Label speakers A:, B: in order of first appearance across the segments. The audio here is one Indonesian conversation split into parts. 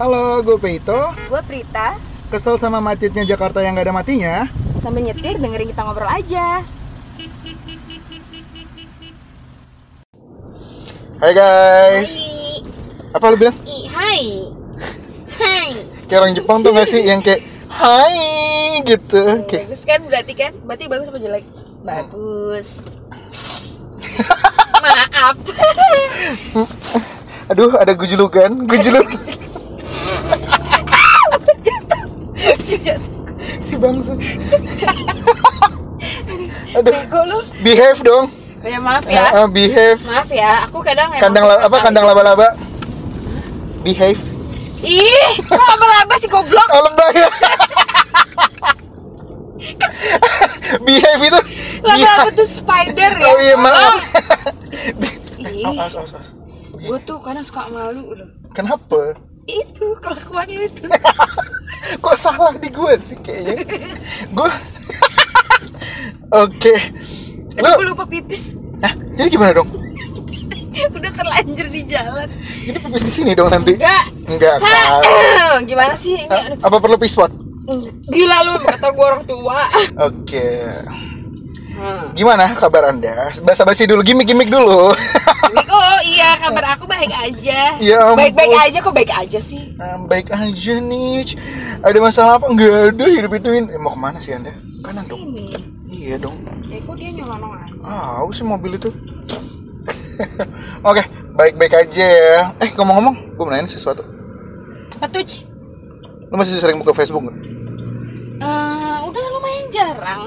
A: Halo, gue Peito.
B: Gue Prita,
A: Kesel sama macetnya Jakarta yang gak ada matinya.
B: sambil nyetir dengerin kita ngobrol aja.
A: Hai guys.
B: Hai,
A: Apa lu bilang?
B: Ih, hai, hai.
A: Kayak orang Jepang tuh gak sih yang kayak Hai gitu. Kayak
B: Bagus kan berarti kan? Berarti bagus apa jelek? Bagus. Maaf.
A: aduh ada gujulugan, gujuluk si bangsa. aduh,
B: Bego lu.
A: behave dong.
B: Ya maaf ya.
A: Ah, ah, behave.
B: Maaf ya, aku kadang memang
A: Kandang la-
B: suka
A: apa
B: kali-
A: kandang laba-laba? Behave.
B: Ih, kok laba-laba sih goblok?
A: Oh, lebay. behave itu.
B: Laba-laba tuh spider ya.
A: iya. Oh iya maaf.
B: Ih,
A: Awas, awas, awas.
B: gue tuh kadang suka malu loh.
A: Kenapa?
B: Itu kelakuan lu itu.
A: Eh, Kok salah di gue sih kayaknya? gue Oke.
B: Aduh,
A: Lu
B: gue lupa pipis.
A: nah, jadi gimana dong?
B: Udah terlanjur di jalan.
A: Jadi pipis di sini dong nanti.
B: Enggak.
A: Enggak. kan.
B: Hah, Gimana sih ini? mm.
A: Ah, Apa perlu pispot?
B: Gila lu kata gua orang tua.
A: Oke. Gimana kabar Anda? Basa-basi dulu, gimmick-gimmick dulu.
B: Mik, Oh iya kabar aku baik aja.
A: Ya ampun.
B: Baik-baik aja kok baik aja sih.
A: Ah, Baik aja nih. C. Ada masalah apa? Enggak ada hidup ituin. Eh, mau kemana sih Anda? Kanan dong.
B: Ini.
A: Iya dong.
B: Ya kok dia nyolong aja.
A: Ah, sih mobil itu. Oke, baik-baik aja ya. Eh, ngomong-ngomong, gue mau nanya sesuatu.
B: Petuj.
A: Lu masih sering buka Facebook nggak?
B: Eh, udah lumayan jarang.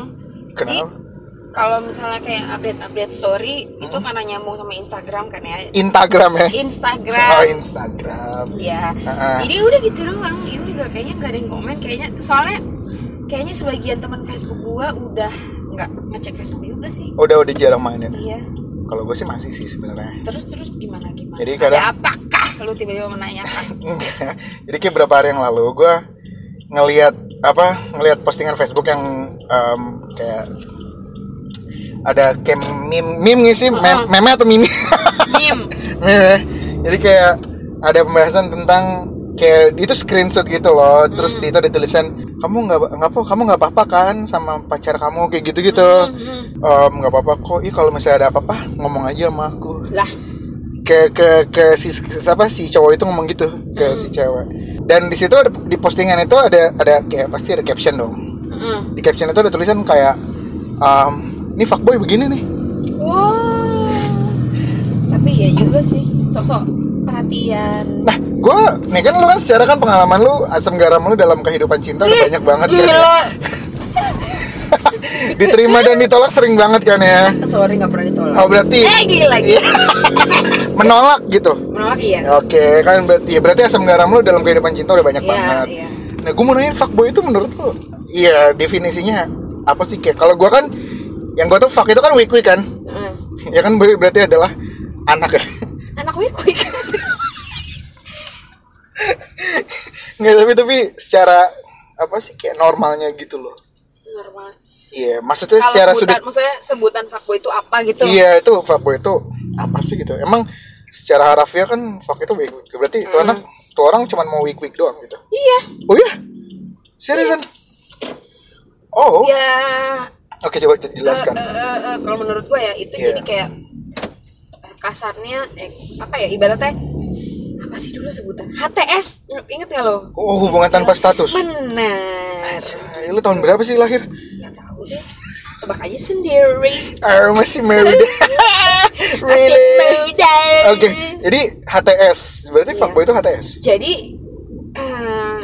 A: Kenapa?
B: Kalau misalnya kayak update-update story
A: Hmm.
B: itu karena nyambung sama Instagram kan ya.
A: Instagram ya? Oh,
B: Instagram.
A: Instagram.
B: Ya.
A: Ah, ah.
B: Jadi udah gitu doang. Itu juga kayaknya nggak ada yang komen. Kayaknya soalnya kayaknya sebagian teman Facebook gua udah nggak ngecek Facebook juga sih.
A: Udah udah jarang mainin.
B: Iya.
A: Kalau gue sih masih sih sebenarnya.
B: Terus terus gimana gimana?
A: Jadi kadang-
B: Ada apakah lu tiba-tiba menanyakan?
A: Enggak. Jadi kayak berapa hari yang lalu gue ngelihat apa ngelihat postingan Facebook yang em, kayak ada kayak meme meme nggak sih Mem-
B: Mm-mm.
A: meme atau meme
B: Mim.
A: Iya, ya. jadi kayak ada pembahasan tentang kayak itu screenshot gitu loh terus di itu ada tulisan kamu nggak nggak apa kamu nggak apa-apa kan sama pacar kamu kayak gitu gitu Em, nggak apa-apa kok Ih kalau misalnya ada apa-apa ngomong aja sama aku
B: Lah,
A: ke ke ke si siapa si cowok itu ngomong gitu ke si cewek dan di situ ada, di postingan itu ada ada kayak pasti ada caption dong
B: heeh.
A: di caption itu ada tulisan kayak em, ini fuckboy begini nih
B: Wow. Oh. Tapi ya juga sih, sosok perhatian.
A: Nah, gue, nih kan lu kan secara kan pengalaman lu asam garam lu dalam kehidupan cinta udah banyak banget kan ya.
B: Gila.
A: Diterima dan ditolak sering banget kan ya.
B: Sorry nggak pernah ditolak.
A: Oh Iya. berarti
B: Eh gila gila.
A: menolak gitu.
B: Menolak iya.
A: Oke, kan berarti ya berarti asam garam lu dalam kehidupan cinta udah banyak
B: Iya,
A: banget.
B: iya.
A: Nah, gue mau nanya fuckboy itu menurut lu iya definisinya apa sih kayak kalau gue kan yang gue tuh fuck itu kan wikwi kan.
B: Heeh.
A: Ya kan boy berarti adalah anak ya.
B: Anak gue quick.
A: Nggak tapi tapi secara apa sih kayak normalnya gitu loh.
B: Normal.
A: Iya, maksudnya
B: Kalau
A: secara
B: sebutan,
A: sudut
B: maksudnya sebutan fuckboy itu apa gitu?
A: Iya itu fuckboy itu apa sih gitu? Emang secara harafiah kan fuck itu weak weak. Berarti itu anak tuh orang cuma mau weak weak doang gitu.
B: Iya.
A: Oh iya? Seriusan? Oh.
B: Ya,
A: Oke coba j-
B: eh,
A: jelaskan.
B: eh, eh, eh, kalau menurut gue ya itu
A: Iya.
B: jadi kayak eh, kasarnya eh, apa ya ibaratnya apa sih dulu sebutan HTS inget nggak lo?
A: Oh hubungan tanpa status.
B: Bener.
A: Anjay, Lu tahun berapa sih lahir?
B: Gak tahu deh. Tebak aja sendiri.
A: Ah, masih married.
B: Masih
A: really?
B: muda.
A: Oke, jadi HTS.
B: Iya.
A: Berarti fuckboy itu HTS.
B: Jadi eh,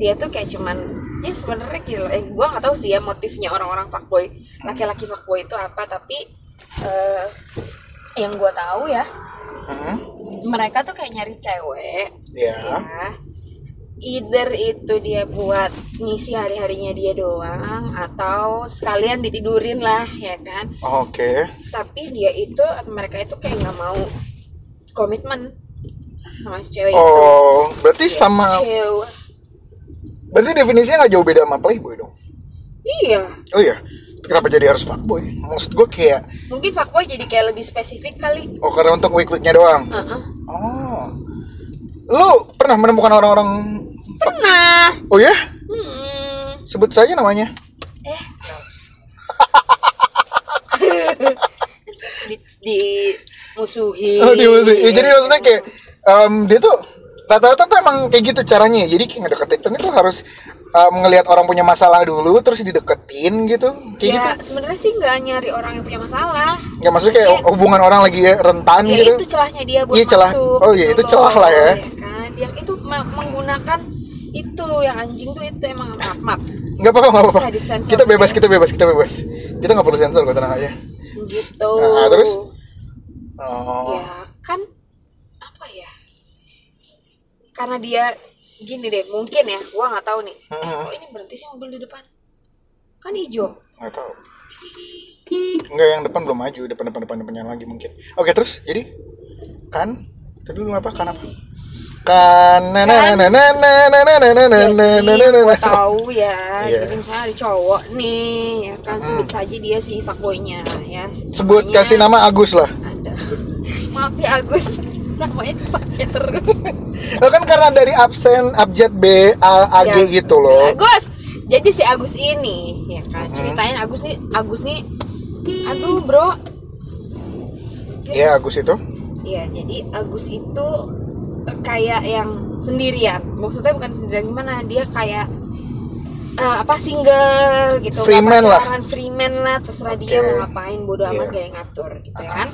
B: dia tuh kayak cuman dia sebenarnya gitu loh. Eh gue nggak tahu sih ya motifnya orang-orang fuckboy laki-laki fuckboy itu apa tapi eh, yang gue tahu ya
A: Mhm.
B: mereka tuh kayak nyari cewek
A: Iya.
B: ya. either itu dia buat ngisi hari-harinya dia doang atau sekalian ditidurin lah ya kan
A: Oke.
B: tapi dia itu mereka itu kayak nggak mau komitmen sama cewek itu
A: Oh, berarti
B: Kayak
A: sama.
B: cewek
A: Berarti definisinya nggak jauh beda sama playboy dong.
B: iya
A: Oh iya, kenapa jadi harus fuckboy? Maksud gue kayak,
B: mungkin fuckboy jadi kayak lebih spesifik kali
A: oh karena untuk week-weeknya doang.
B: Heeh.
A: Oh, Lu pernah menemukan orang-orang
B: pernah
A: Oh ya?
B: hmm.
A: Sebut saja namanya.
B: eh nggak usah. di, di musuhi
A: Oh, di musik. Ya, jadi maksudnya kayak em, dia tuh rata-rata tuh emang kayak gitu caranya. Jadi kayak ngedeketin itu harus em, ngelihat orang punya masalah dulu terus dideketin gitu. Kayak gitu.
B: ya sebenarnya sih nggak nyari orang yang punya masalah
A: Enggak maksudnya kayak
B: Kayak-
A: hubungan orang lagi rentan
B: ya
A: gitu.
B: itu celahnya dia buat
A: Iya, celah.
B: masuk
A: Oh, iya,
B: gitu
A: itu celah
B: loh,
A: lah ya.
B: kan yang itu me- menggunakan itu yang anjing tuh itu emang maaf maaf
A: Enggak apa-apa, enggak apa-apa.
B: Bisa disensor
A: Kita bebas,
B: ya.
A: kita bebas, kita bebas. Kita nggak perlu sensor kok tenang aja.
B: gitu
A: Nah, terus? Oh.
B: ya kan apa ya karena dia gini deh mungkin ya gua nggak tahu nih eh,
A: Mhm.
B: kok ini berhenti sih mobil di depan kan hijau
A: Nggak tahu. Enggak yang depan belum maju, depan depan depan depannya lagi mungkin. Oke terus jadi kan tadi lu apa kan apa? Kan na na na na na na na na na na na na na
B: jadi
A: na
B: gue
A: na.
B: tahu ya
A: nah, Iya.
B: jadi misalnya ada cowok nih ya kan
A: Mhm.
B: sebut saja dia si fuckboynya ya
A: Sebut
B: Namanya
A: kasih nama Agus lah.
B: ada maaf ya Agus namanya pakai terus
A: Lo kan karena dari absen abjad B A A G
B: Ya,
A: gitu loh.
B: Agus jadi si Agus ini ya
A: Mhm.
B: kan ceritain Agus nih Agus nih aduh bro
A: Iya Agus itu.
B: Iya, jadi Agus itu eh, kayak yang sendirian. Maksudnya bukan sendirian gimana? Dia kayak eh, apa single gitu, nggak
A: Freeman lah.
B: pacaran, freeman lah, terserah dia
A: Oke.
B: mau ngapain, bodo amat
A: Iya.
B: gak yang ngatur gitu ya kan.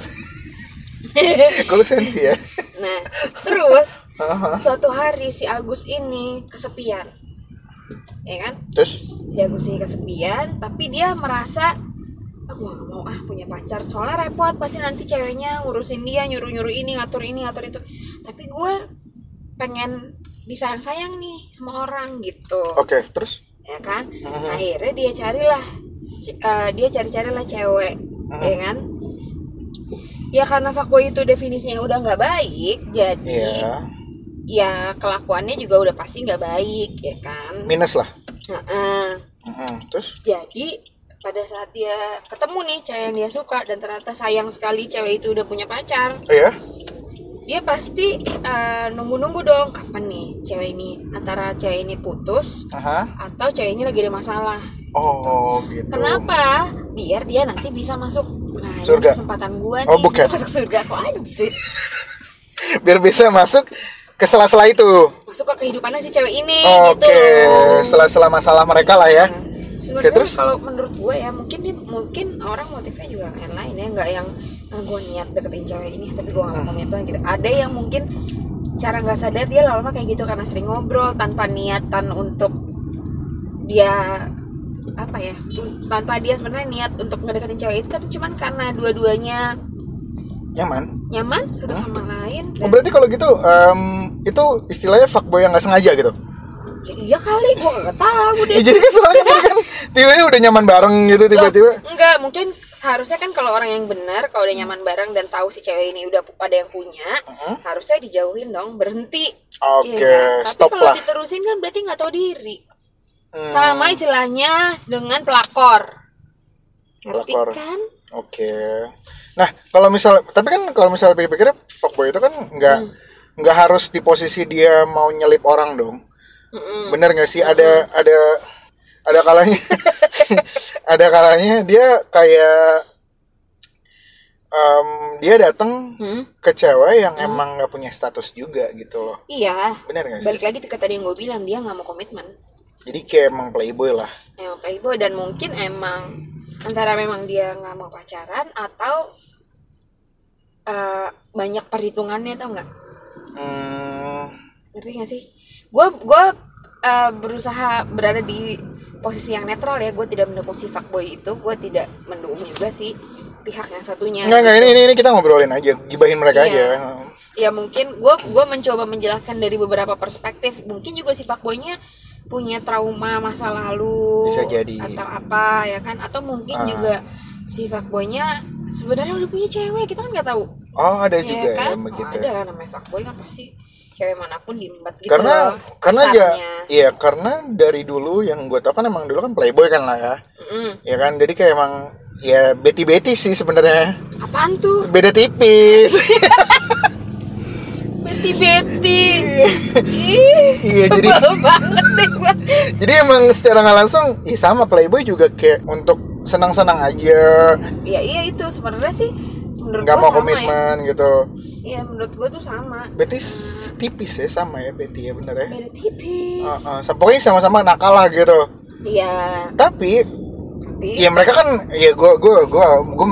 A: Kalau sensi ya.
B: Nah, terus
A: Aha.
B: suatu hari si Agus ini kesepian. Ya kan?
A: Terus
B: si Agus ini kesepian tapi dia merasa aku gak mau ah punya pacar soalnya repot pasti nanti ceweknya ngurusin dia nyuruh nyuruh ini ngatur ini ngatur itu tapi gue pengen disayang sayang nih sama orang gitu
A: oke terus.
B: ya kan
A: Mhm.
B: akhirnya dia carilah ce- eh, dia cari carilah cewek ya kan ya karena fuckboy itu definisinya udah nggak baik jadi
A: Iya
B: ya kelakuannya juga udah pasti nggak baik ya kan
A: minus lah.
B: Heeh.
A: Mhm. Terus
B: Jadi pada saat dia ketemu nih cewek yang dia suka dan ternyata sayang sekali cewek itu udah punya pacar,
A: oh ya
B: dia pasti eh, nunggu-nunggu dong kapan nih cewek ini antara cewek ini putus
A: Aha.
B: atau cewek ini lagi ada masalah.
A: Oh gitu.
B: Kenapa? Biar dia nanti bisa masuk nah, ini
A: Surga.
B: kesempatan gua nih
A: Oh, bukan.
B: dia masuk surga kok anjir.
A: Biar bisa masuk ke sela-sela itu.
B: Masuk ke kehidupannya si cewek ini gitu.
A: Oke,
B: Hmm. loh.
A: sela-sela masalah mereka lah ya. Oke,
B: sebenarnya
A: terus?
B: kalau menurut gue ya mungkin dia mungkin orang motifnya juga lain lain ya nggak yang ah, gue niat deketin cewek ini tapi gue
A: Hmm.
B: nggak mau niat banget gitu ada yang mungkin cara nggak sadar dia lama-lama kayak gitu karena sering ngobrol tanpa niatan untuk dia apa ya tanpa dia sebenarnya niat untuk ngedeketin cewek itu tapi cuman karena dua-duanya
A: Nyaman.
B: nyaman satu sama lain
A: Oh,
B: dan,
A: berarti kalau gitu em, itu istilahnya fuckboy yang nggak sengaja gitu.
B: Ya, iya kali gue nggak tahu deh
A: Ya, jadi kan soalnya tadi kan tiba-tiba udah nyaman bareng gitu
B: Iya.
A: tiba-tiba.
B: Loh, enggak, mungkin seharusnya kan kalau orang yang benar, kalau udah nyaman bareng dan tahu si cewek ini udah pu- ada yang punya,
A: Mhm.
B: harusnya dijauhin dong, berhenti.
A: Oke,
B: Iya kan?
A: stop
B: Tapi kalau
A: lah.
B: diterusin kan berarti nggak tahu diri.
A: Hmm,
B: Sama istilahnya dengan pelakor. Ngerti
A: Pelakor.
B: kan?
A: Oke. Nah, kalau misal tapi kan kalau misal pikir-pikir fuckboy itu kan nggak
B: Hmm.
A: nggak harus di posisi dia mau nyelip orang dong.
B: Mm-mm.
A: Bener nggak sih ada ada ada kalanya ada kalanya dia kayak em, dia datang
B: Hmm?
A: ke cewek yang emang nggak punya status juga gitu loh
B: Iya.
A: bener nggak sih
B: Balik lagi ke tadi yang gue bilang, dia nggak mau komitmen.
A: jadi kayak emang playboy lah
B: Emang playboy dan mungkin emang antara memang dia nggak mau pacaran atau eh, banyak perhitungannya tau nggak?
A: hmm,
B: ngerti gak sih? Gue gue eh, berusaha berada di posisi yang netral ya. Gue tidak mendukung si fuckboy itu. Gue tidak mendukung juga si pihak yang satunya.
A: nggak nggak ini ini ini kita ngobrolin aja gibahin mereka
B: Iya.
A: aja
B: Ya mungkin gue gue mencoba menjelaskan dari beberapa perspektif. Mungkin juga si fuckboynya punya trauma masa lalu
A: Bisa jadi.
B: atau apa ya kan? Atau mungkin
A: Ah.
B: juga si fuckboynya sebenarnya udah punya cewek kita kan nggak tahu
A: oh ada juga
B: ya kan
A: yang begitu
B: ada lah namanya fuckboy kan pasti cewek manapun diembat gitu
A: karena
B: loh,
A: karena ya
B: kesannya.
A: iya karena dari dulu yang gue tau kan emang dulu kan playboy kan lah ya
B: Mm.
A: ya kan jadi kayak emang ya beti beti sih sebenarnya
B: Apaan tuh?
A: beda tipis
B: Beti beti. Ih,
A: Iya, jadi-
B: sebel banget deh gua.
A: Jadi emang secara nggak langsung, ih sama Playboy juga kayak untuk senang-senang aja,
B: Ya iya itu sebenarnya sih menurut
A: nggak
B: gua
A: mau
B: sama
A: komitmen gitu.
B: Ya. Iya menurut gua tuh sama.
A: Berarti s- tipis ya sama ya Betty ya bener ya.
B: Beda tipis.
A: Uh, uh, sam- pokoknya sama-sama nakal lah gitu.
B: Iya.
A: Tapi
B: tapi
A: ya mereka kan, ya gue gue gue gue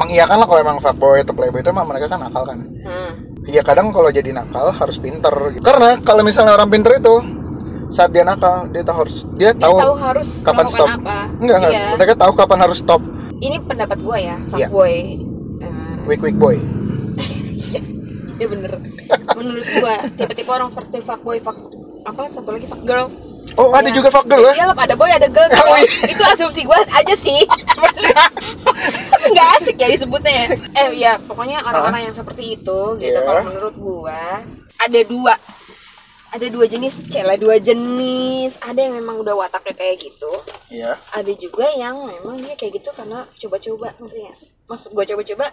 A: mengiyakan lah kalau emang fuckboy atau playboy itu emang mereka kan nakal kan.
B: Hmm.
A: Ya kadang kalau jadi nakal harus pinter. gitu. Karena kalau misalnya orang pinter itu saat dia nakal dia tahu harus dia
B: Dia
A: tahu,
B: tahu harus
A: kapan
B: melakukan
A: stop.
B: apa.
A: Enggak, enggak.
B: Iya.
A: Mereka tahu kapan harus stop.
B: Ini pendapat gua ya,
A: Iya.
B: fuckboy. Eh,
A: Weak weak boy.
B: Iya bener. Menurut gua tipe-tipe orang seperti fuckboy, fuck apa satu lagi fuck girl.
A: Oh ada juga fuck girl ya?
B: Iya lah, ada boy, ada girl.
A: Oh, iya.
B: Itu asumsi gua aja sih. Tapi nggak asik ya disebutnya ya. Eh ya, pokoknya orang-orang yang seperti itu gitu.
A: Iya.
B: Kalau menurut gua ada dua ada dua jenis, cela dua jenis. Ada yang memang udah wataknya kayak gitu.
A: Iya.
B: Ada juga yang memang dia kayak gitu karena coba-coba, ngerti nggak? Maksud gua coba-coba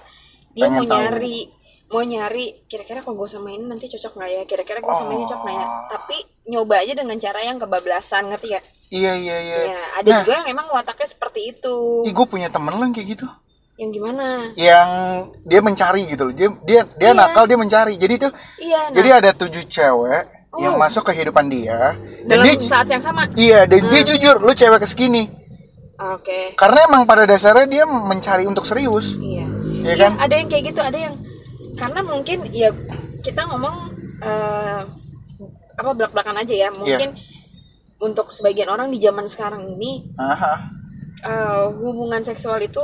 B: dia
A: Pengen
B: mau
A: tahu.
B: nyari mau nyari kira-kira kalau gue samain nanti cocok nggak ya kira-kira gue samain cocok nggak ya
A: Oh.
B: tapi nyoba aja dengan cara yang kebablasan ngerti gak?
A: Iya iya iya.
B: Ya, ada juga yang emang wataknya seperti itu.
A: Ih, gue punya temen lo yang kayak gitu.
B: Yang gimana?
A: Yang dia mencari gitu loh. Dia dia dia
B: Iya.
A: nakal dia mencari. Jadi tuh
B: Iya, nah,
A: jadi ada tujuh cewek yang
B: Oh.
A: masuk kehidupan dia. Dan
B: dalam Hmm.
A: dia
B: saat yang sama.
A: iya dan dia jujur lu cewek segini.
B: Oke.
A: Karena emang pada dasarnya dia mencari untuk serius.
B: Iya.
A: Iya
B: Iya,
A: kan?
B: ada yang kayak gitu, ada yang karena mungkin ya kita ngomong eh, apa belak-belakan aja
A: Iya.
B: ya. Mungkin untuk sebagian orang di zaman sekarang ini
A: Aha.
B: eh, hubungan seksual itu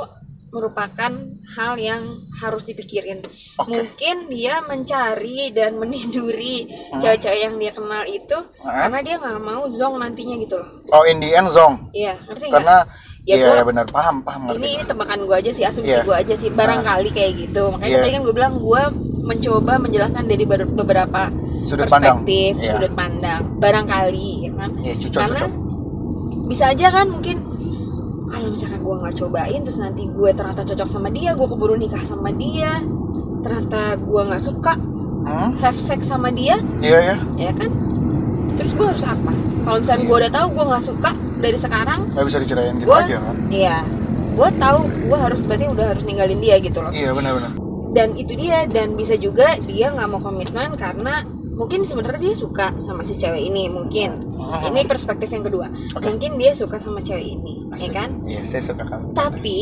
B: merupakan hal yang harus dipikirin.
A: Oke.
B: Mungkin dia mencari dan meniduri
A: Hmm.
B: cewek-cewek yang dia kenal itu
A: Ah.
B: karena dia nggak mau zong nantinya gitu loh.
A: Oh in the end zong.
B: Iya, ngerti nggak?
A: Karena
B: Ya,
A: iya
B: gua-
A: benar paham paham
B: ini
A: ngerti.
B: ini tebakan gue aja sih, asumsi
A: Iya.
B: gue aja sih, barangkali kayak gitu. Makanya
A: Iya.
B: tadi kan gue bilang gue mencoba menjelaskan dari ber- beberapa
A: Sudut pandang.
B: perspektif,
A: Iya.
B: sudut pandang, barangkali, ya kan?
A: Iya, cucok,
B: Karena
A: cucok.
B: bisa aja kan mungkin kalau misalkan gue nggak cobain, terus nanti gue ternyata cocok sama dia, gue keburu nikah sama dia, ternyata gue nggak suka
A: Hmm?
B: have sex sama dia,
A: Iya ya.
B: ya kan? Terus gue harus apa? Kalau misalnya
A: Iya.
B: gue udah tahu gue nggak suka dari sekarang
A: Gak bisa dicerain gitu
B: gue
A: aja kan.
B: iya gue tahu gue harus berarti udah harus ninggalin dia gitu loh
A: Iya benar benar.
B: dan itu dia dan bisa juga dia nggak mau komitmen karena mungkin sebenarnya dia suka sama si cewek ini mungkin ini perspektif yang kedua
A: Ah. Oke.
B: mungkin dia suka sama cewek ini ya
A: Asik.
B: kan
A: Iya, saya suka kamu.
B: tapi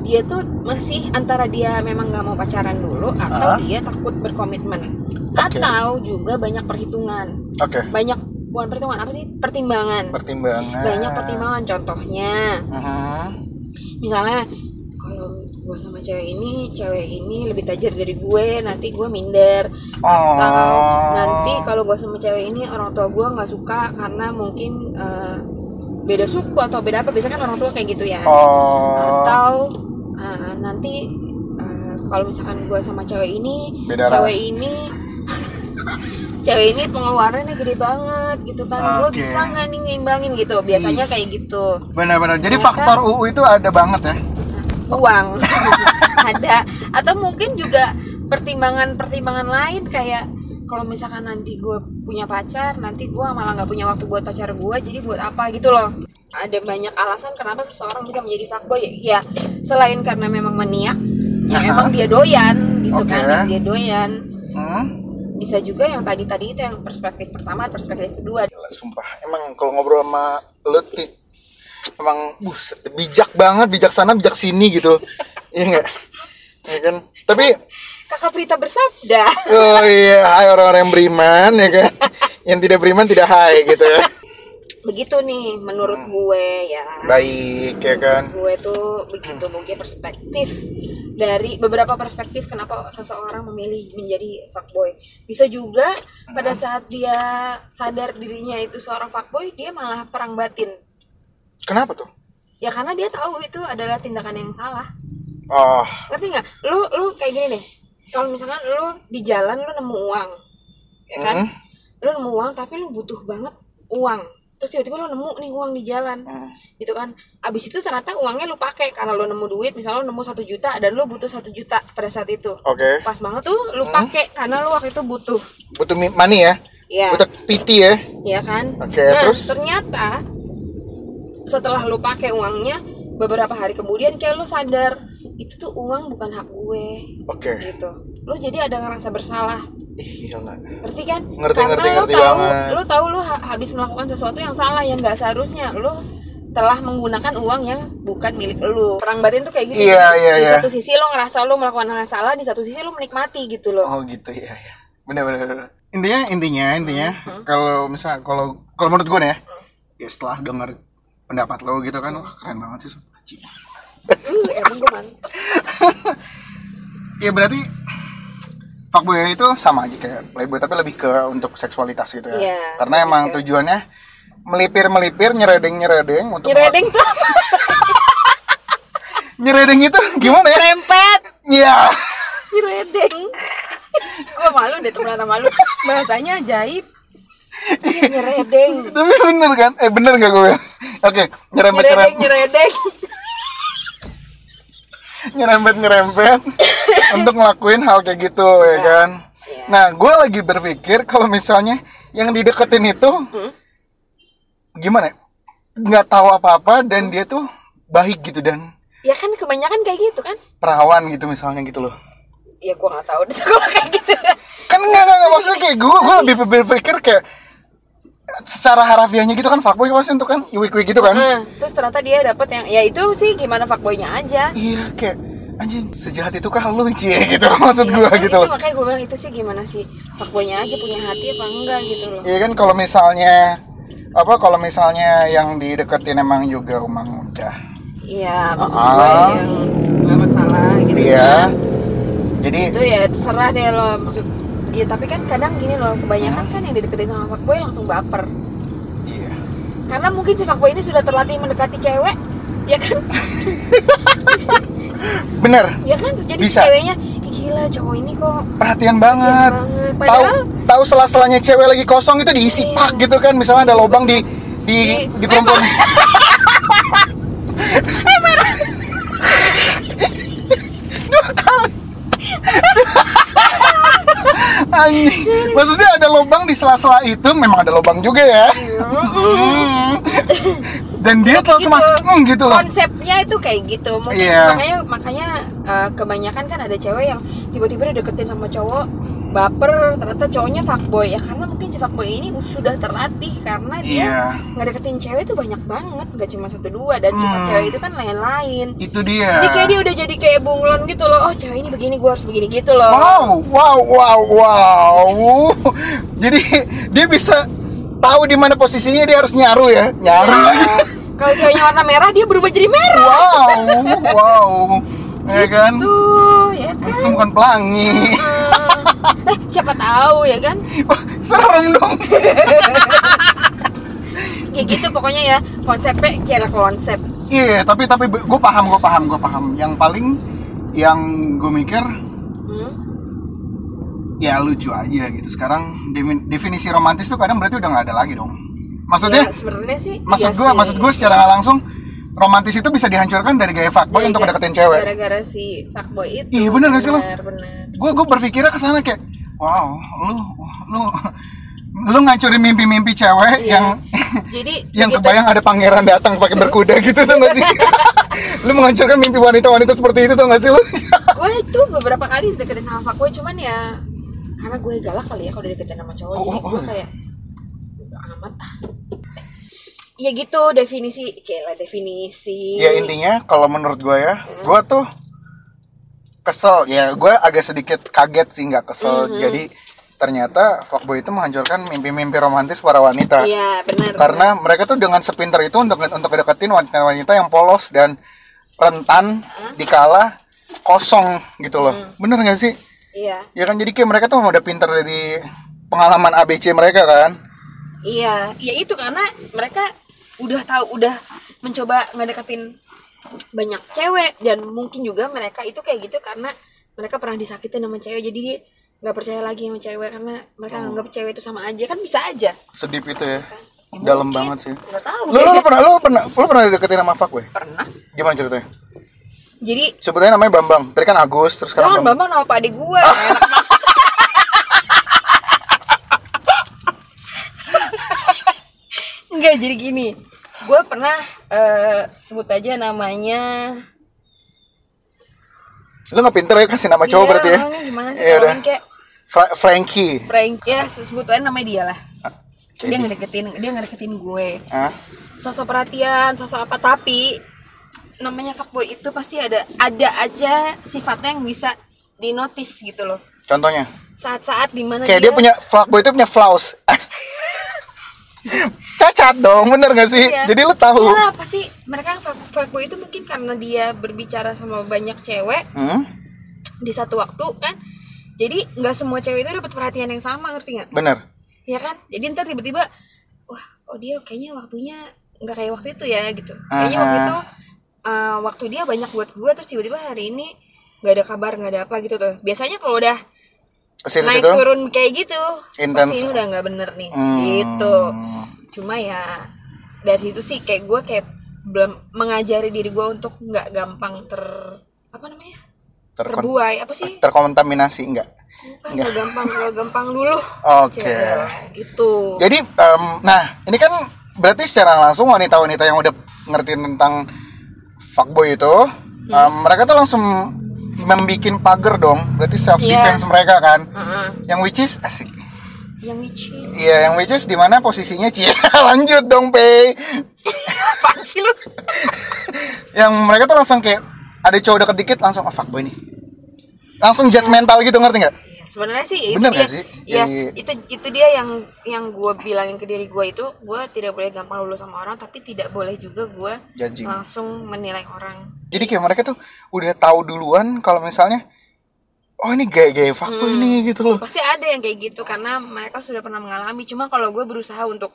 B: dia tuh masih antara dia memang nggak mau pacaran dulu
A: Ah.
B: atau dia takut berkomitmen
A: Oke.
B: atau juga banyak perhitungan
A: Oke.
B: banyak bukan perhitungan apa sih pertimbangan
A: Pertimbangan.
B: banyak pertimbangan contohnya
A: Mhm.
B: misalnya kalau gue sama cewek ini cewek ini lebih tajir dari gue nanti gue minder
A: Oh.
B: Kalau nanti kalau gue sama cewek ini orang tua gue nggak suka karena mungkin eh, beda suku atau beda apa biasanya kan orang tua kayak gitu ya
A: Oh.
B: atau eh, nanti eh, kalau misalkan gue sama cewek ini
A: Beda
B: cewek
A: ras.
B: ini cewek ini pengeluarannya gede banget gitu kan gue
A: Oke.
B: bisa nggak nih ngimbangin gitu biasanya kayak gitu
A: Benar-benar. Jadi
B: Ya kan?
A: faktor UU itu ada banget ya.
B: uang ada atau mungkin juga pertimbangan-pertimbangan lain kayak kalau misalkan nanti gue punya pacar nanti gue malah nggak punya waktu buat pacar gue jadi buat apa gitu loh ada banyak alasan kenapa seseorang bisa menjadi fuckboy ya selain karena memang maniak ya
A: Aha.
B: memang dia doyan gitu
A: Oke.
B: kan yang dia doyan
A: Hmm.
B: bisa juga yang tadi tadi itu yang perspektif pertama perspektif kedua
A: Gila, sumpah. Emang kalau ngobrol sama lu Ti, emang buset, bijak banget, bijak sana, bijak sini gitu. Iya enggak? Ya kan? Tapi
B: kakak Prita bersabda
A: oh iya, hai orang-orang yang beriman ya kan. Yang tidak beriman tidak hai gitu ya.
B: begitu nih menurut
A: Hmm.
B: gue ya
A: Baik ya kan.
B: gue tuh begitu mungkin perspektif dari beberapa perspektif kenapa seseorang memilih menjadi fuckboy bisa juga pada saat dia sadar dirinya itu seorang fuckboy dia malah perang batin
A: Kenapa tuh?
B: ya karena dia tahu itu adalah tindakan yang salah
A: Oh,
B: ngerti nggak lu lu kayak gini deh kalau misalkan lu di jalan lu nemu uang ya kan
A: Mhm.
B: lu nemu uang tapi lu butuh banget uang terus tiba-tiba lo nemu nih uang di jalan
A: Hmm.
B: gitu kan abis itu ternyata uangnya lo pakai karena lo nemu duit misalnya lo nemu satu juta dan lo butuh satu juta pada saat itu
A: Oke.
B: pas banget tuh lo pakai karena lo waktu itu butuh
A: Butuh mi- money ya?
B: ya
A: Butuh PT ya?
B: ya kan
A: Oke,
B: nah
A: terus?
B: ternyata setelah lo pakai uangnya beberapa hari kemudian kayak lo sadar itu tuh uang bukan hak gue
A: Oke.
B: gitu lo jadi ada ngerasa bersalah
A: Ih, gila.
B: ngerti kan
A: Ngerti,
B: karena
A: ngerti,
B: lo
A: ngerti
B: tahu
A: banget.
B: lo tahu lo ha- habis melakukan sesuatu yang salah yang nggak seharusnya lo telah menggunakan uang yang bukan milik lo perang batin tuh kayak gitu
A: Iya, iya,
B: di
A: iya.
B: satu sisi lo ngerasa lo melakukan hal yang salah di satu sisi lo menikmati gitu loh
A: Oh gitu ya ya. Bener bener. bener. Intinya intinya intinya
B: Mm-hmm.
A: kalau misal kalau kalau menurut gue nih ya,
B: Mm.
A: ya setelah denger pendapat lo gitu kan, wah keren banget sih. Sun. Ci.
B: uh, emang gue mantep
A: Ya berarti fuckboy itu sama aja kayak playboy tapi lebih ke untuk seksualitas gitu ya.
B: Iya,
A: Karena
B: lebih
A: emang
B: ke-
A: tujuannya melipir melipir nyeredeng nyeredeng untuk
B: nyeredeng tuh apa?
A: nyeredeng itu gimana ya?
B: rempet
A: Iya.
B: nyeredeng gue malu deh temenan sama lu bahasanya ajaib Iya, nyeredeng
A: tapi bener kan? Eh bener nggak gue? Oke, nyerempet
B: nyeredeng
A: nyerempet
B: nyeredeng
A: nyerempet nyerempet untuk ngelakuin hal kayak gitu ya kan
B: Iya.
A: nah gue lagi berpikir kalau misalnya yang dideketin itu
B: Hmm?
A: gimana ya? nggak tahu apa apa dan dia tuh baik gitu dan
B: ya kan kebanyakan kayak gitu kan
A: perawan gitu misalnya gitu loh
B: ya gue nggak tahu deh gue kayak gitu
A: kan nggak nggak nggak, maksudnya kayak gue gue lebih berpikir kayak secara harafiahnya gitu kan fuckboy pasti untuk kan iwi-iwi gitu kan
B: Heeh, Ah, terus ternyata dia dapat yang ya itu sih gimana fuckboynya aja
A: iya kayak anjing sejahat itu kah lu cie gitu maksud gue
B: Iya,
A: gitu
B: itu
A: loh
B: makanya gue bilang itu sih gimana sih fuckboynya aja punya hati apa enggak gitu loh
A: Iya kan kalau misalnya apa kalau misalnya yang dideketin emang juga emang udah
B: iya maksud gue
A: Ah.
B: yang nggak masalah gitu
A: iya
B: itu
A: jadi
B: ya terserah deh lo maksud ya tapi kan kadang gini loh kebanyakan kan yang dideketin sama fuckboy langsung baper
A: iya
B: karena mungkin si fuckboy ini sudah terlatih mendekati cewek ya kan
A: bener
B: ya kan terus jadi si
A: Bisa.
B: ceweknya "Ih, gila cowok ini kok
A: perhatian banget
B: Iya banget.
A: tahu
B: Padahal-
A: tahu sela-selanya cewek lagi kosong itu diisi
B: Iya.
A: pak gitu kan misalnya ada lubang di di
B: Di-
A: di perempuan Anjing. Maksudnya ada lubang di sela-sela itu memang ada lubang juga ya.
B: Iya.
A: Hmm. Dan dia
B: Kayak
A: langsung masuk "Mm," gitu loh.
B: konsepnya itu kayak gitu mungkin
A: Iya.
B: makanya makanya uh, kebanyakan kan ada cewek yang tiba-tiba dideketin sama cowok baper ternyata cowoknya fuckboy ya karena mungkin si fuckboy ini sudah terlatih karena dia
A: Iya.
B: nggak deketin cewek itu banyak banget nggak cuma satu dua dan cuma
A: Hmm. Iya.
B: cewek itu kan lain-lain
A: Itu dia.
B: jadi kayak dia udah jadi kayak bunglon gitu loh oh cewek ini begini gue harus begini gitu loh
A: Wow, wow, wow, wow. Jadi dia bisa tahu di mana posisinya dia harus nyaru ya, nyaru.
B: Ya. kalau ceweknya warna merah dia berubah jadi merah
A: Wow, wow. Ya kan?
B: tuh ya kan
A: Itu bukan pelangi.
B: Hmm. eh siapa tahu ya kan
A: Wah, serem dong.
B: ya gitu pokoknya ya konsepnya kayak konsep
A: Iya, tapi tapi gue paham, gue paham, gue paham. Yang paling yang gue mikir
B: hmm?
A: ya lucu aja gitu. Sekarang demi- definisi romantis tuh kadang berarti udah nggak ada lagi dong. Maksudnya
B: Ya, sebenarnya sih
A: maksud
B: iya
A: gue
B: sih.
A: maksud gue secara nggak langsung romantis itu bisa dihancurkan dari gaya fuckboy
B: Gara-
A: untuk ngedeketin cewek
B: Iya, gara-gara si fuckboy itu
A: Iya, bener nggak sih lo?
B: bener, bener.
A: gue gue berpikirnya ke sana kayak wow lu lu lu ngancurin mimpi-mimpi cewek
B: Iya.
A: yang
B: jadi
A: yang
B: begitu-
A: kebayang ada pangeran datang pakai berkuda gitu tuh gak sih lu menghancurkan mimpi wanita-wanita seperti itu tuh gak sih lu
B: gue itu beberapa kali deketin sama fuckboy cuman ya karena gue galak kali ya kalau deketin sama cowok
A: Oh, oh,
B: jadi
A: oh,
B: gue
A: iya.
B: kayak "Bodo amat ah." ya gitu definisi cila definisi
A: ya intinya kalau menurut gue ya gue tuh kesel ya gue agak sedikit kaget sih nggak kesel
B: Mm-hmm.
A: jadi ternyata fuckboy itu menghancurkan mimpi-mimpi romantis para wanita
B: iya benar
A: karena mereka tuh dengan sepinter itu untuk untuk deketin wanita-wanita yang polos dan rentan dikala kosong gitu loh
B: Hmm.
A: bener nggak sih
B: iya
A: ya kan jadi kayak mereka tuh udah pinter dari pengalaman ABC mereka kan
B: Iya, ya itu karena mereka udah tahu udah mencoba ngedekatin banyak cewek dan mungkin juga mereka itu kayak gitu karena mereka pernah disakitin sama cewek jadi dia nggak percaya lagi sama cewek karena mereka nganggap cewek itu sama aja kan bisa aja
A: sedip itu ya
B: Emang
A: Dalam
B: mungkin?
A: banget sih.
B: nggak tahu
A: Lu, lu, lu pernah lu pernah lu pernah deketin sama fuckboy?
B: pernah
A: Gimana ceritanya?
B: jadi
A: Sebetulnya namanya Bambang. Tadi kan Agus, terus
B: jangan
A: sekarang Bambang.
B: bambang nama pak adik gue Enggak, jadi gini gue pernah eh, sebut aja namanya
A: Lu nggak pinter ya kasih nama cowok
B: Iya,
A: berarti ya?
B: orangnya gimana sih
A: Iya udah.
B: orang kayak
A: Fra- Frankie.
B: Frank ya sebetulnya namanya dia lah
A: Ah, kayak
B: dia
A: di-
B: ngedeketin dia ngedeketin gue
A: Ah,
B: sosok perhatian sosok apa tapi namanya fuckboy itu pasti ada ada aja sifatnya yang bisa dinotis gitu loh
A: contohnya.
B: saat-saat dimana
A: Kayak dia punya fuckboy itu punya flaws. As- Cacat dong, bener gak sih?
B: Iya.
A: Jadi lu tahu.
B: Iyalah, pasti mereka fuck- fuckboy itu mungkin karena dia berbicara sama banyak cewek
A: Hmm?
B: di satu waktu kan jadi nggak semua cewek itu dapat perhatian yang sama ngerti nggak
A: Bener.
B: ya kan jadi ntar tiba-tiba wah oh dia kayaknya waktunya nggak kayak waktu itu ya gitu kayaknya
A: Aha.
B: waktu itu eh, waktu dia banyak buat gue terus tiba-tiba hari ini nggak ada kabar nggak ada apa gitu tuh biasanya kalau udah
A: Situ
B: naik
A: situ.
B: turun kayak gitu
A: gitu Intens.
B: pasti ini udah nggak bener nih
A: Hmm.
B: gitu cuma ya dari situ sih kayak gue kayak belum mengajari diri gue untuk nggak gampang ter apa namanya
A: Terkon-
B: terbuai apa sih
A: terkontaminasi enggak?
B: bukan nggak gampang nggak gampang dulu
A: Oke.
B: Cewek, gitu
A: Jadi, em, nah ini kan berarti secara langsung wanita-wanita yang udah ngertiin tentang fuckboy itu,
B: Hmm.
A: em, mereka tuh langsung membikin pagar dong. Berarti self defense
B: Iya.
A: mereka kan.
B: Heeh.
A: Yang which is asik.
B: yang which is
A: Iya, yang which is di mana posisinya Cie? Lanjut dong, Pei.
B: apaan sih lu
A: Yang mereka tuh langsung kayak ada cowok deket dikit langsung oh fuckboy nih. Langsung judgmental gitu ngerti nggak?
B: Iya, sebenarnya sih itu
A: Bener
B: dia
A: gak sih?
B: ya
A: Jadi-
B: itu itu dia yang yang gue bilangin ke diri gue itu gue tidak boleh gampang lulus sama orang tapi tidak boleh juga gue
A: Judging.
B: langsung menilai orang
A: Jadi kayak mereka tuh udah tahu duluan kalau misalnya oh ini gaya-gaya fuckboy nih gitu loh.
B: pasti ada yang kayak gitu karena mereka sudah pernah mengalami cuma kalau gue berusaha untuk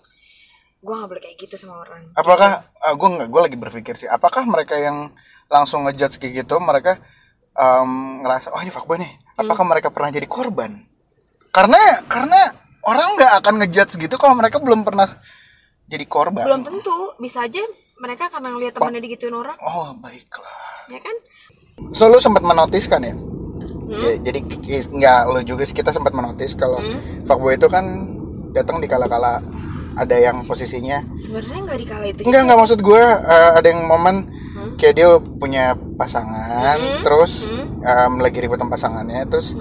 B: gue nggak boleh kayak gitu sama orang
A: apakah gue nggak gue lagi berpikir sih apakah mereka yang langsung ngejudge kayak gitu mereka em, ngerasa oh ini fuckboy nih apakah mereka pernah jadi korban karena karena orang nggak akan ngejudge gitu kalau mereka belum pernah jadi korban
B: belum tentu bisa aja mereka karena ngeliat temannya digituin orang
A: oh baiklah
B: ya kan
A: so lu sempat menotiskan ya Ya, jadi eh, nggak lu juga sih kita sempat menotis kalau fuckboy itu kan datang di kala-kala ada yang posisinya
B: sebenarnya nggak dikala itu
A: Enggak, enggak maksud gue eh, ada yang momen kayak dia punya pasangan, terus em, lagi ribut sama pasangannya, terus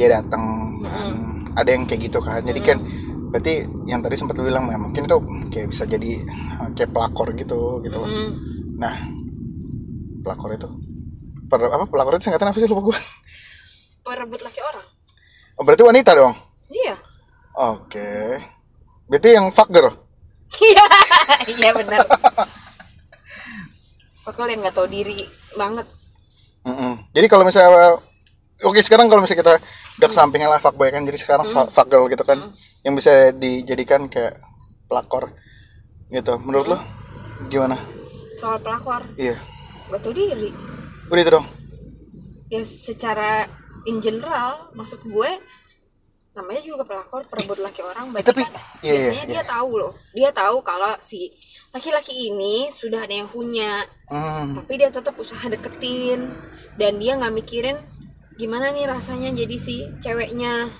A: dia datang. em, ada yang kayak gitu kan. Jadi kan berarti yang tadi sempat lu bilang ya mungkin itu kayak bisa jadi eh, kayak pelakor gitu gitu. loh.
B: Hmm.
A: Nah, pelakor itu per, apa pelakor itu singkatan apa sih lupa gue.
B: perebut laki orang
A: Oh, berarti wanita dong.
B: iya
A: Oke. Berarti yang fuck girl.
B: Iya, iya benar. Fakul yang nggak tahu diri banget.
A: Mm-mm. Jadi kalau misalnya oke sekarang kalau misalnya kita udah kesampingan lah fuckboy kan jadi sekarang fa- fuck girl gitu kan yang bisa dijadikan kayak pelakor gitu. Menurut lo gimana?
B: Soal pelakor,
A: Iya.
B: nggak tahu diri.
A: Udah itu dong.
B: Ya secara in general, maksud gue namanya juga pelakor perebut laki orang berarti
A: Tapi-
B: kan
A: iya, iya,
B: biasanya dia tahu loh dia tahu kalau si laki-laki ini sudah ada yang punya
A: Hmm.
B: tapi dia tetap usaha deketin dan dia nggak mikirin gimana nih rasanya jadi si ceweknya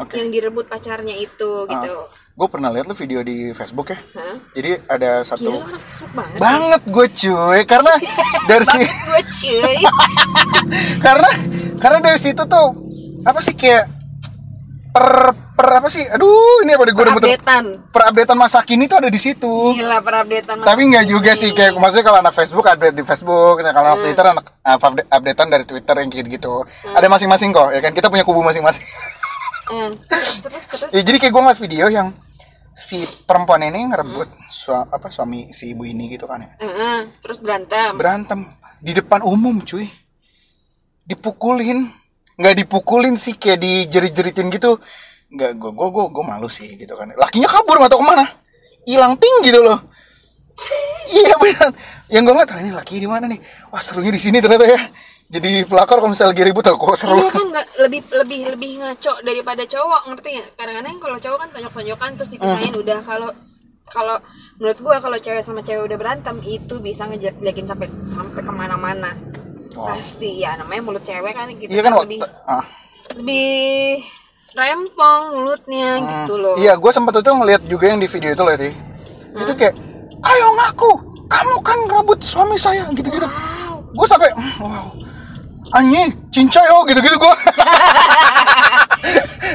A: Oke.
B: yang direbut pacarnya itu gitu
A: Gue Ah. pernah lihat lo video di Facebook ya.
B: Hah?
A: Jadi ada
B: Gila lu
A: satu
B: orang Facebook banget
A: banget gue cuy karena dari si
B: gue cuy
A: karena karena dari situ tuh apa sih kayak per per apa sih aduh ini apa gue rebutin
B: Perupdatean
A: perupdatean masa kini tuh ada di situ
B: Gila perupdatean
A: tapi nggak juga sih kayak maksudnya kalau anak Facebook update di Facebook ya, kalau anak Twitter anak ah, update updatean dari Twitter yang gitu gitu ada masing-masing kok ya kan kita punya kubu masing-masing
B: Eh, Terus terus terus
A: ya, jadi kayak gue ngeliat video yang si perempuan ini ngerebut sua- apa suami si ibu ini gitu kan ya
B: Eh, eh, Terus berantem
A: berantem di depan umum cuy dipukulin nggak dipukulin sih kayak dijerit-jeritin gitu nggak gue gue gue gue malu sih gitu kan lakinya kabur nggak tahu kemana hilang ting gitu loh iya beneran yang gue nggak tahu ini laki di mana nih wah serunya di sini ternyata ya jadi pelakor kalau misalnya lagi ribut oh, kok seru
B: Iya kan nggak lebih lebih lebih
A: Eh.
B: ngaco daripada cowok ngerti nggak? Kadang-kadang kalau cowok kan tonjok-tonjokan terus dipisahin udah kalau kalau menurut gua kalau cewek sama cewek udah berantem itu bisa ngejelek-jelekin sampai sampai kemana-mana
A: Wah.
B: pasti ya namanya mulut cewek kan gitu
A: iya kan
B: lebih
A: waktu ah.
B: lebih rempong mulutnya gitu
A: Hmm.
B: loh
A: Iya, gue sempat itu ngeliat juga yang di video itu loh, Ti. Itu
B: Hmm.
A: kayak, ayo ngaku, kamu kan ngerebut suami saya, gitu-gitu.
B: wow
A: Gue sampai, "Hmm, wow, anjing, cincay oh, gitu-gitu gue.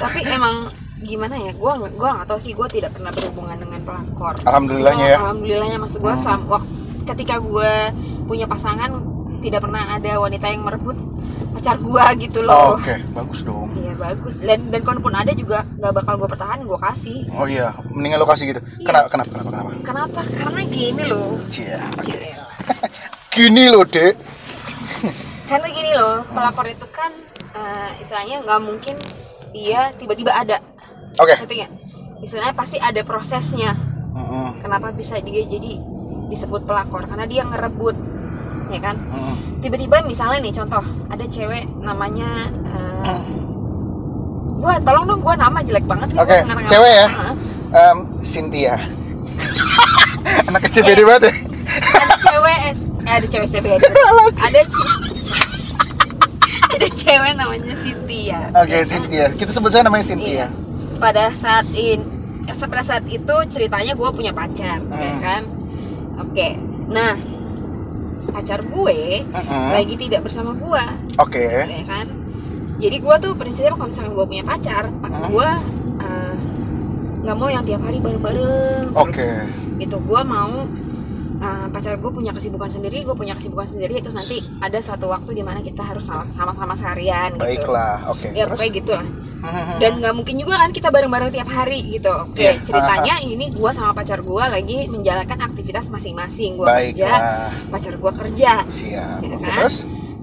B: tapi emang gimana ya gue gua nggak tahu sih gue tidak pernah berhubungan dengan pelakor
A: Alhamdulillahnya ya.
B: alhamdulillahnya maksud gue sam wak- ketika gue punya pasangan tidak pernah ada wanita yang merebut pacar gue gitu
A: Oh,
B: loh
A: Oke, bagus dong.
B: iya bagus dan dan kalaupun ada juga nggak bakal gue pertahan gue kasih
A: Oh iya, mendingan lokasi gitu.
B: Iya.
A: Kenapa, kenapa, kenapa, kenapa?
B: kenapa karena gini loh
A: Cia.
B: Cilela.
A: Gini loh, Dek.
B: karena gini loh pelakor itu kan eh, istilahnya nggak mungkin dia tiba-tiba ada
A: Oke.
B: ngerti nggak istilahnya pasti ada prosesnya
A: Mm-mm.
B: kenapa bisa dia jadi disebut pelakor karena dia ngerebut ya kan
A: Mm-mm.
B: tiba-tiba misalnya nih contoh ada cewek namanya eh, gua tolong dong gua nama jelek banget nih,
A: Oke,
B: gua nggak-
A: cewek ya?
B: Heeh.
A: Em, Cynthia. Anak kecil beda
B: Eh.
A: banget ya.
B: ada cewek S eh, ada cewek CBD ada ce- ada cewek namanya Cynthia
A: Oke,
B: ya kan?
A: Cynthia. Kita sebut saja namanya
B: Iya.
A: Cynthia.
B: Pada saat in, eh, pada saat itu ceritanya gue punya pacar, ya
A: Hmm.
B: kan? Oke. Nah, pacar gue
A: Mm-mm.
B: lagi tidak bersama gue,
A: Oke.
B: ya kan? Jadi gue tuh prinsipnya kalau misalkan gue punya pacar,
A: Hmm.
B: gue eh, nggak mau yang tiap hari bareng-bareng. terus
A: Oke.
B: gitu gue mau uh, pacar gue punya kesibukan sendiri gue punya kesibukan sendiri terus nanti ada suatu waktu di mana kita harus sama- sama-sama seharian gitu
A: Baiklah. Oke.
B: ya
A: Terus?
B: pokoknya gitulah
A: Mhm.
B: dan nggak mungkin juga kan kita bareng-bareng tiap hari gitu oke
A: Iya.
B: ceritanya ini gue sama pacar gue lagi menjalankan aktivitas masing-masing gue kerja
A: Baiklah.
B: pacar gue kerja
A: Siap.
B: Ya
A: Oke,
B: kan?
A: terus?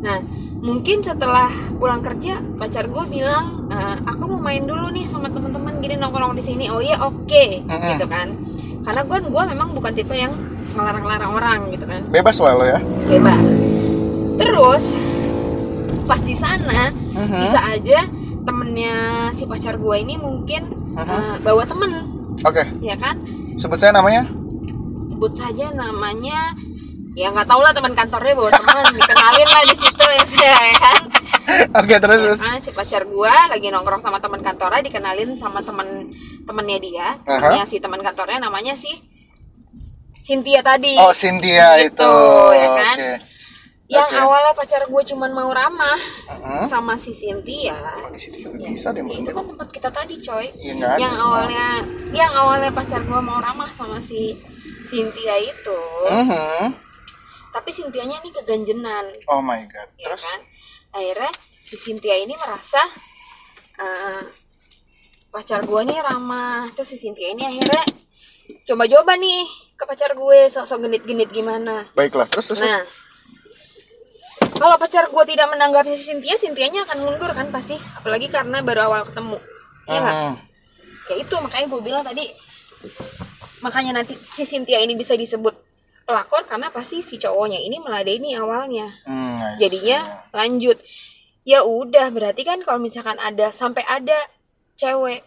B: nah mungkin setelah pulang kerja pacar gue bilang "Eh, aku mau main dulu nih sama teman-teman gini nongkrong di sini oh iya oke
A: Mm-mm.
B: gitu kan karena gue gue memang bukan tipe yang ngelarang-larang orang gitu kan
A: Bebas lah lo ya.
B: bebas terus pas di sana
A: Mhm.
B: bisa aja temennya si pacar gue ini mungkin
A: Mhm.
B: eh, bawa temen
A: Oke.
B: ya kan
A: Sebut saya namanya.
B: sebut saja namanya ya nggak tau lah teman kantornya bawa temen dikenalin lah di situ ya saya kan
A: Oke, terus
B: Ya
A: terus.
B: kan, si pacar gua lagi nongkrong sama teman kantornya dikenalin sama temen temennya dia
A: Aha.
B: namanya si teman kantornya namanya si Cynthia tadi
A: Oh, Cynthia
B: Gitu,
A: itu.
B: Iya. ya kan?
A: Oke.
B: yang
A: oke.
B: awalnya pacar gue cuman mau ramah
A: Mhm.
B: sama si Cynthia
A: Oh, di situ juga bisa deh,
B: Ya, itu
A: Mbak.
B: kan tempat kita tadi coy
A: Iya, nggak ada.
B: yang awalnya yang awalnya pacar gua mau ramah sama si Cynthia itu
A: Mhm.
B: tapi Cynthianya ini keganjenan
A: Oh my god.
B: ya
A: Terus?
B: kan akhirnya si Cynthia ini merasa eh, pacar gua nih ramah terus si Cynthia ini akhirnya coba-coba nih ke pacar gue sok-sok genit-genit gimana
A: Baiklah, terus terus. terus.
B: Nah, kalau pacar gue tidak menanggapi si Cynthia, Cynthianya akan mundur kan pasti, apalagi karena baru awal ketemu. Iya nggak?
A: Mhm.
B: Kayak itu makanya gue bilang tadi, makanya nanti si Cynthia ini bisa disebut pelakor karena pasti si cowoknya ini meladeni awalnya.
A: Hmm, I see.
B: Jadinya lanjut. Ya udah, berarti kan kalau misalkan ada sampai ada cewek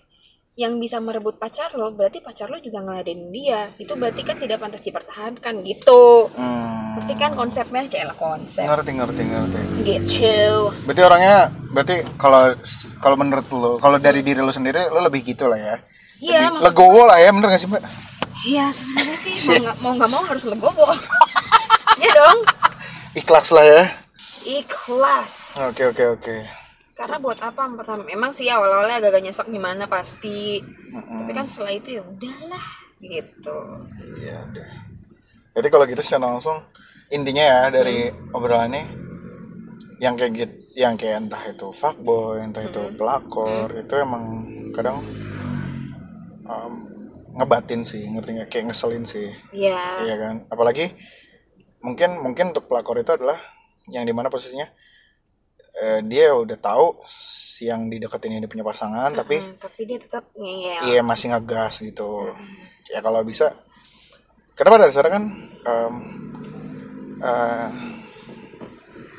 B: yang bisa merebut pacar lo, berarti pacar lo juga ngeladenin dia. Itu berarti kan tidak pantas dipertahankan gitu.
A: Hmm.
B: Berarti kan konsepnya cila konsep
A: Ngerti, ngerti, ngerti.
B: gitu.
A: Berarti orangnya berarti kalau kalau menurut lo, kalau dari diri lo sendiri lo lebih gitu lah ya.
B: Iya,
A: Lebih
B: maksud-
A: legowo lah ya, bener gak sih, Mbak?
B: Iya sebenarnya sih mau nggak mau nggak mau harus legowo. ya dong,
A: Ikhlas lah ya.
B: ikhlas.
A: Oke, oke, oke.
B: Karena buat apa pertama? Emang sih awal-awalnya agak-agak nyesek gimana pasti.
A: Mm-mm.
B: Tapi kan setelah itu ya udahlah gitu.
A: Iya deh. Jadi kalau gitu secara langsung intinya ya dari obrolan ini yang kayak gitu, yang kayak entah itu fuckboy, entah itu pelakor, itu emang kadang um, ngebatin sih, ngerti nggak? Kayak ngeselin sih,
B: Ya,
A: iya kan? Apalagi mungkin mungkin untuk pelakor itu adalah yang dimana posisinya eh, dia udah tahu si yang dideketin ini punya pasangan, tapi
B: hmm, tapi dia tetap ngeyel.
A: Iya masih ngegas gitu. Ya kalau bisa. Karena pada dasarnya kan em, eh,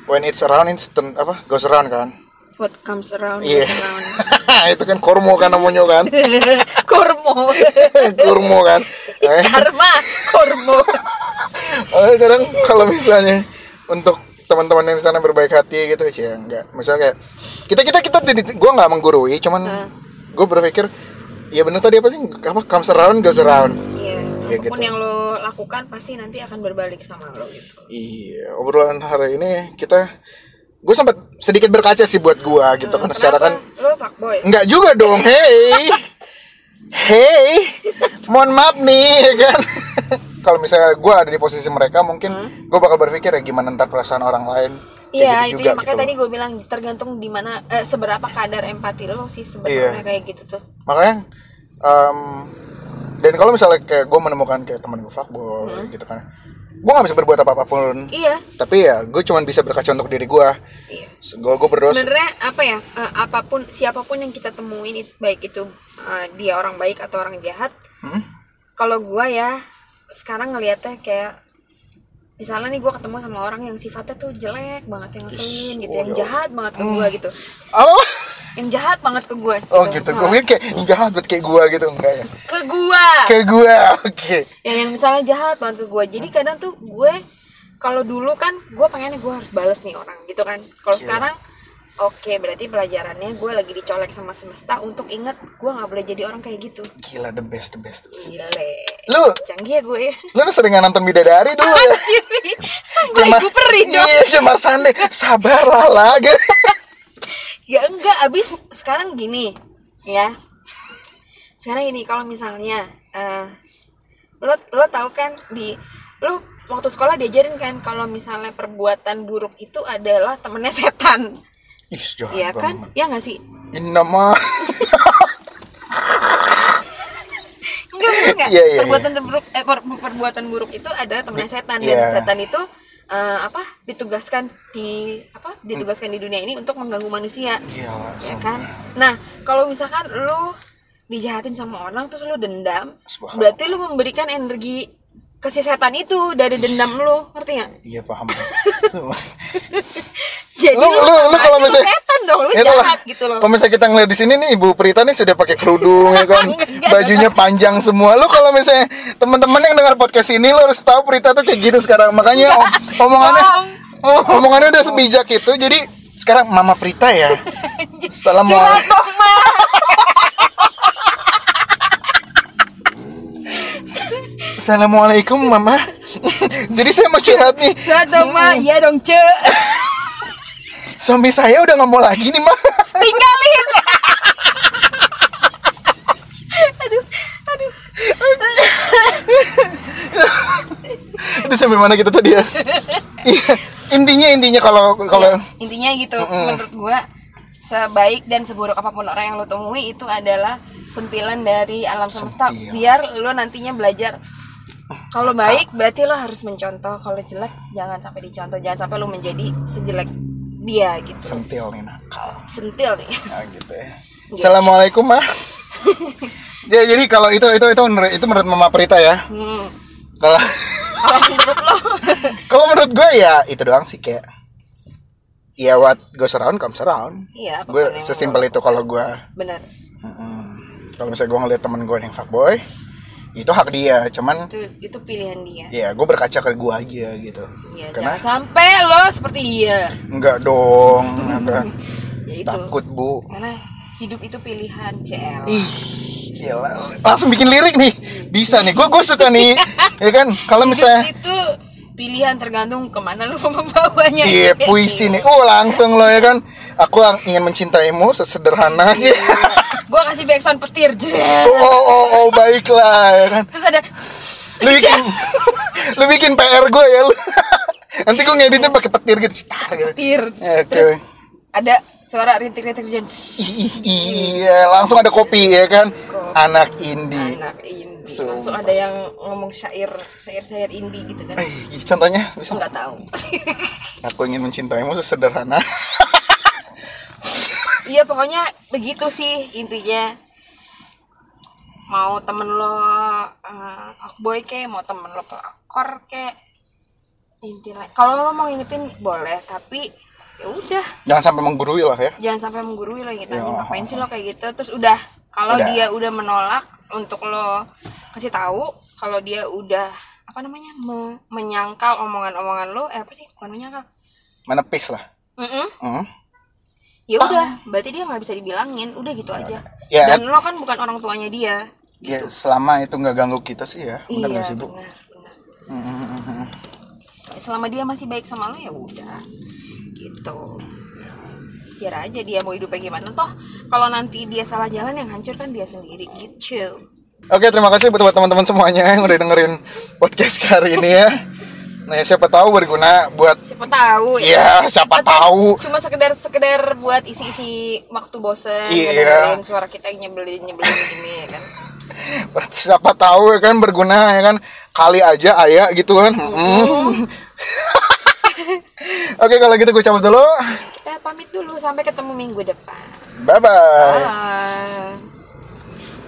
A: when it's around it's turn- apa goes around kan.
B: What comes around
A: Iya.
B: comes around.
A: itu kan kormo kan namanya kan.
B: Kormo.
A: kormo kan. Eh.
B: karma kormo
A: Oh, kadang kalau misalnya untuk teman-teman yang di sana berbaik hati gitu sih ya enggak misalnya kayak kita kita kita tidak gue nggak menggurui cuman
B: Hmm.
A: gue berpikir ya bener tadi apa sih apa comes around goes around
B: Iya,
A: Iya,
B: apapun
A: gitu.
B: yang lo lakukan pasti nanti akan berbalik sama lo gitu.
A: iya obrolan hari ini kita gue sempat sedikit berkaca sih buat gue gitu kan secara kan
B: Hmm, Kenapa? lo fuckboy.
A: Enggak juga dong, hey. hey. Mohon maaf nih, ya kan. Kalau misalnya gue ada di posisi mereka, mungkin gue bakal berpikir ya gimana ntar perasaan orang lain. Kayak
B: Hmm. Iya,
A: gitu
B: itu
A: juga,
B: yang makanya
A: gitu
B: tadi
A: loh.
B: gue bilang tergantung di mana eh, seberapa kadar empati lo sih
A: Iya.
B: sebenarnya kayak gitu tuh.
A: Makanya, em, dan kalau misalnya kayak gue menemukan kayak teman gue fuckboy
B: Hmm.
A: gitu kan, gue gak bisa berbuat apa-apa pun.
B: Iya.
A: Tapi ya, gue cuman bisa berkaca untuk diri gue.
B: Iya.
A: Gue gue berdoa.
B: Sebenarnya apa ya? eh, apapun siapapun yang kita temuin it- baik itu eh, dia orang baik atau orang jahat,
A: Hmm?
B: kalau gue ya sekarang ngelihatnya kayak misalnya nih gue ketemu sama orang yang sifatnya tuh jelek banget yang ngeselin gitu, yang
A: oh, ya.
B: jahat banget ke gue gitu,
A: Apa?
B: yang jahat banget ke gue.
A: Oh gitu, gue
B: misalnya.
A: mikir kayak "Ih, jahat buat kayak gue gitu enggak ya?
B: ke gue.
A: Kayak gue, oke.
B: yang, yang misalnya jahat banget ke gue jadi kadang tuh gue kalau dulu kan gue pengennya gue harus balas nih orang gitu kan kalau
A: Iya.
B: sekarang oke berarti pelajarannya gue lagi dicolek sama semesta untuk inget gue nggak boleh jadi orang kayak gitu
A: Gila the best the best. the best.
B: gile
A: Lu
B: canggih ya gue ya
A: lu seringan nonton bidadari dulu ya.
B: ciri gue
A: Gemar-
B: ibu peri dong
A: Iya, Gemar Sande. Sabarlah lah. gitu.
B: ya enggak abis sekarang gini ya sekarang ini kalau misalnya eh, lo lo tahu kan di lo waktu sekolah diajarin kan kalau misalnya perbuatan buruk itu adalah temennya setan
A: Ih, jahat
B: Iya kan?
A: banget.
B: Ya nggak sih?
A: Ini nama
B: Enggak, bener nggak?
A: Iya, iya,
B: perbuatan buruk eh, per- perbuatan buruk itu adalah temennya setan
A: Iya.
B: dan setan itu eh, apa? ditugaskan di apa? ditugaskan di dunia ini untuk mengganggu manusia.
A: Gila.
B: Ya kan? Nah, kalau misalkan lu dijahatin sama orang terus lu dendam,
A: Subhanallah.
B: berarti lu memberikan energi ke si setan itu dari dendam lu, ngerti nggak?
A: Iya paham.
B: Jadi
A: Lu- lu- lu
B: sama
A: Oh, kalau
B: aja
A: misalnya-
B: setan dong, lu
A: Itulah.
B: jahat gitu loh.
A: Kalau misalnya kita ngeliat di sini nih Ibu Prita nih sudah pakai kerudung ya kan. Bajunya panjang semua. Lu kalau misalnya teman-teman yang dengar podcast ini lu harus tahu Prita tuh kayak gitu sekarang. Makanya om- omongannya Oh. omongannya udah sebijak itu. Jadi sekarang Mama Prita ya. Salam Mama.
B: Curhat dong, Ma.
A: Assalamualaikum Mama. Jadi saya mau curhat nih.
B: Curhat dong, Ma.
A: Hmm.
B: Iya dong, Ce.
A: Suami saya udah nggak mau lagi nih Ma.
B: Tinggalin. aduh,
A: Udah sampai mana kita tadi ya? Iya. intinya intinya kalau kalau
B: aduh. Intinya gitu, menurut gua sebaik dan seburuk apapun orang yang lo temui itu adalah sentilan dari alam semesta
A: Sentil. Ah.
B: biar lo nantinya belajar kalau baik berarti lo harus mencontoh kalau jelek jangan sampai dicontoh jangan sampai lo menjadi sejelek dia gitu
A: sentil nih nakal.
B: sentil nih
A: Nah, gitu ya. Assalamualaikum Ma. ya jadi kalau itu itu itu menurut, itu menurut Mama Prita ya.
B: hmm.
A: Kalau
B: kalau menurut lo
A: kalau menurut gue ya itu doang sih kayak ya what goes around comes around.
B: Iya, apapun
A: Gue
B: yang
A: sesimpel itu kalau gue
B: benar
A: Mm-mm. Kalau misalnya gue ngeliat temen gue yang fuckboy, itu hak dia. Cuman
B: itu itu pilihan dia
A: ya gue berkaca ke gue aja gitu.
B: Ya,
A: Karena
B: jangan sampai lo seperti dia.
A: nggak dong, kenapa?
B: Ya itu.
A: takut bu.
B: Karena hidup itu pilihan, CL.
A: Ih, gila. Langsung bikin lirik nih, bisa nih. Gue gue suka nih, ya kan? Kalau
B: Hidup
A: misalnya
B: itu pilihan tergantung kemana lo membawanya.
A: Iya puisi nih, oh langsung lo ya kan Aku ang- ingin mencintaimu sesederhana aja
B: Gue kasih backsound petir,
A: oh,
B: Jel.
A: oh, oh, oh, baiklah ya kan
B: Terus ada
A: Lu bikin, lu bikin PR gue ya lu Nanti gue ngeditnya pakai petir gitu, cetar gitu
B: petir.
A: Oke.
B: Terus ada suara rintik-rintik hujan.
A: Ih, Iya, langsung ada kopi ya kan. Anak indie.
B: Anak ini.
A: Sumpah.
B: Langsung ada yang ngomong syair, syair-syair indie gitu kan.
A: Eh, contohnya bisa
B: Enggak tahu.
A: Aku ingin mencintaimu sesederhana.
B: Iya pokoknya begitu sih intinya mau temen lo eh, fuckboy kek, mau temen lo pelakor kek intinya kalau lo mau ngingetin boleh tapi ya udah
A: Jangan sampai menggurui lah ya.
B: jangan sampai menggurui lo ingetin
A: Ya.
B: ngapain sih lo kayak gitu terus udah kalau
A: Udah.
B: dia udah menolak untuk lo kasih tahu kalau dia udah apa namanya me- menyangkal omongan-omongan lo eh, apa sih bukan menyangkal
A: menepis lah
B: Mm-mm.
A: Hmm.
B: ya
A: Ah.
B: udah berarti dia nggak bisa dibilangin udah gitu aja
A: Ya,
B: dan lo kan bukan orang tuanya dia
A: ya selama itu nggak ganggu kita sih ya benar
B: iya
A: nggak sih bu
B: benar benar
A: Hmm, hmm, hmm, hmm.
B: selama dia masih baik sama lo ya udah gitu biar aja dia mau hidupnya gimana toh kalau nanti dia salah jalan yang hancur kan dia sendiri gitu
A: Oke, terima kasih buat teman-teman semuanya yang udah dengerin podcast kali ini ya. Nah, siapa tahu berguna buat
B: siapa tahu
A: ya siapa tahu.
B: cuma sekedar sekedar buat isi-isi waktu bosen
A: Iya.
B: dengerin suara kita yang nyebelin nyebelin gini ya kan
A: Siapa tahu ya kan berguna ya kan kali aja ayah gitu kan. Mm. Oke, kalau gitu gue cabut dulu.
B: kita pamit dulu sampai ketemu minggu depan
A: Bye bye.
B: Bye.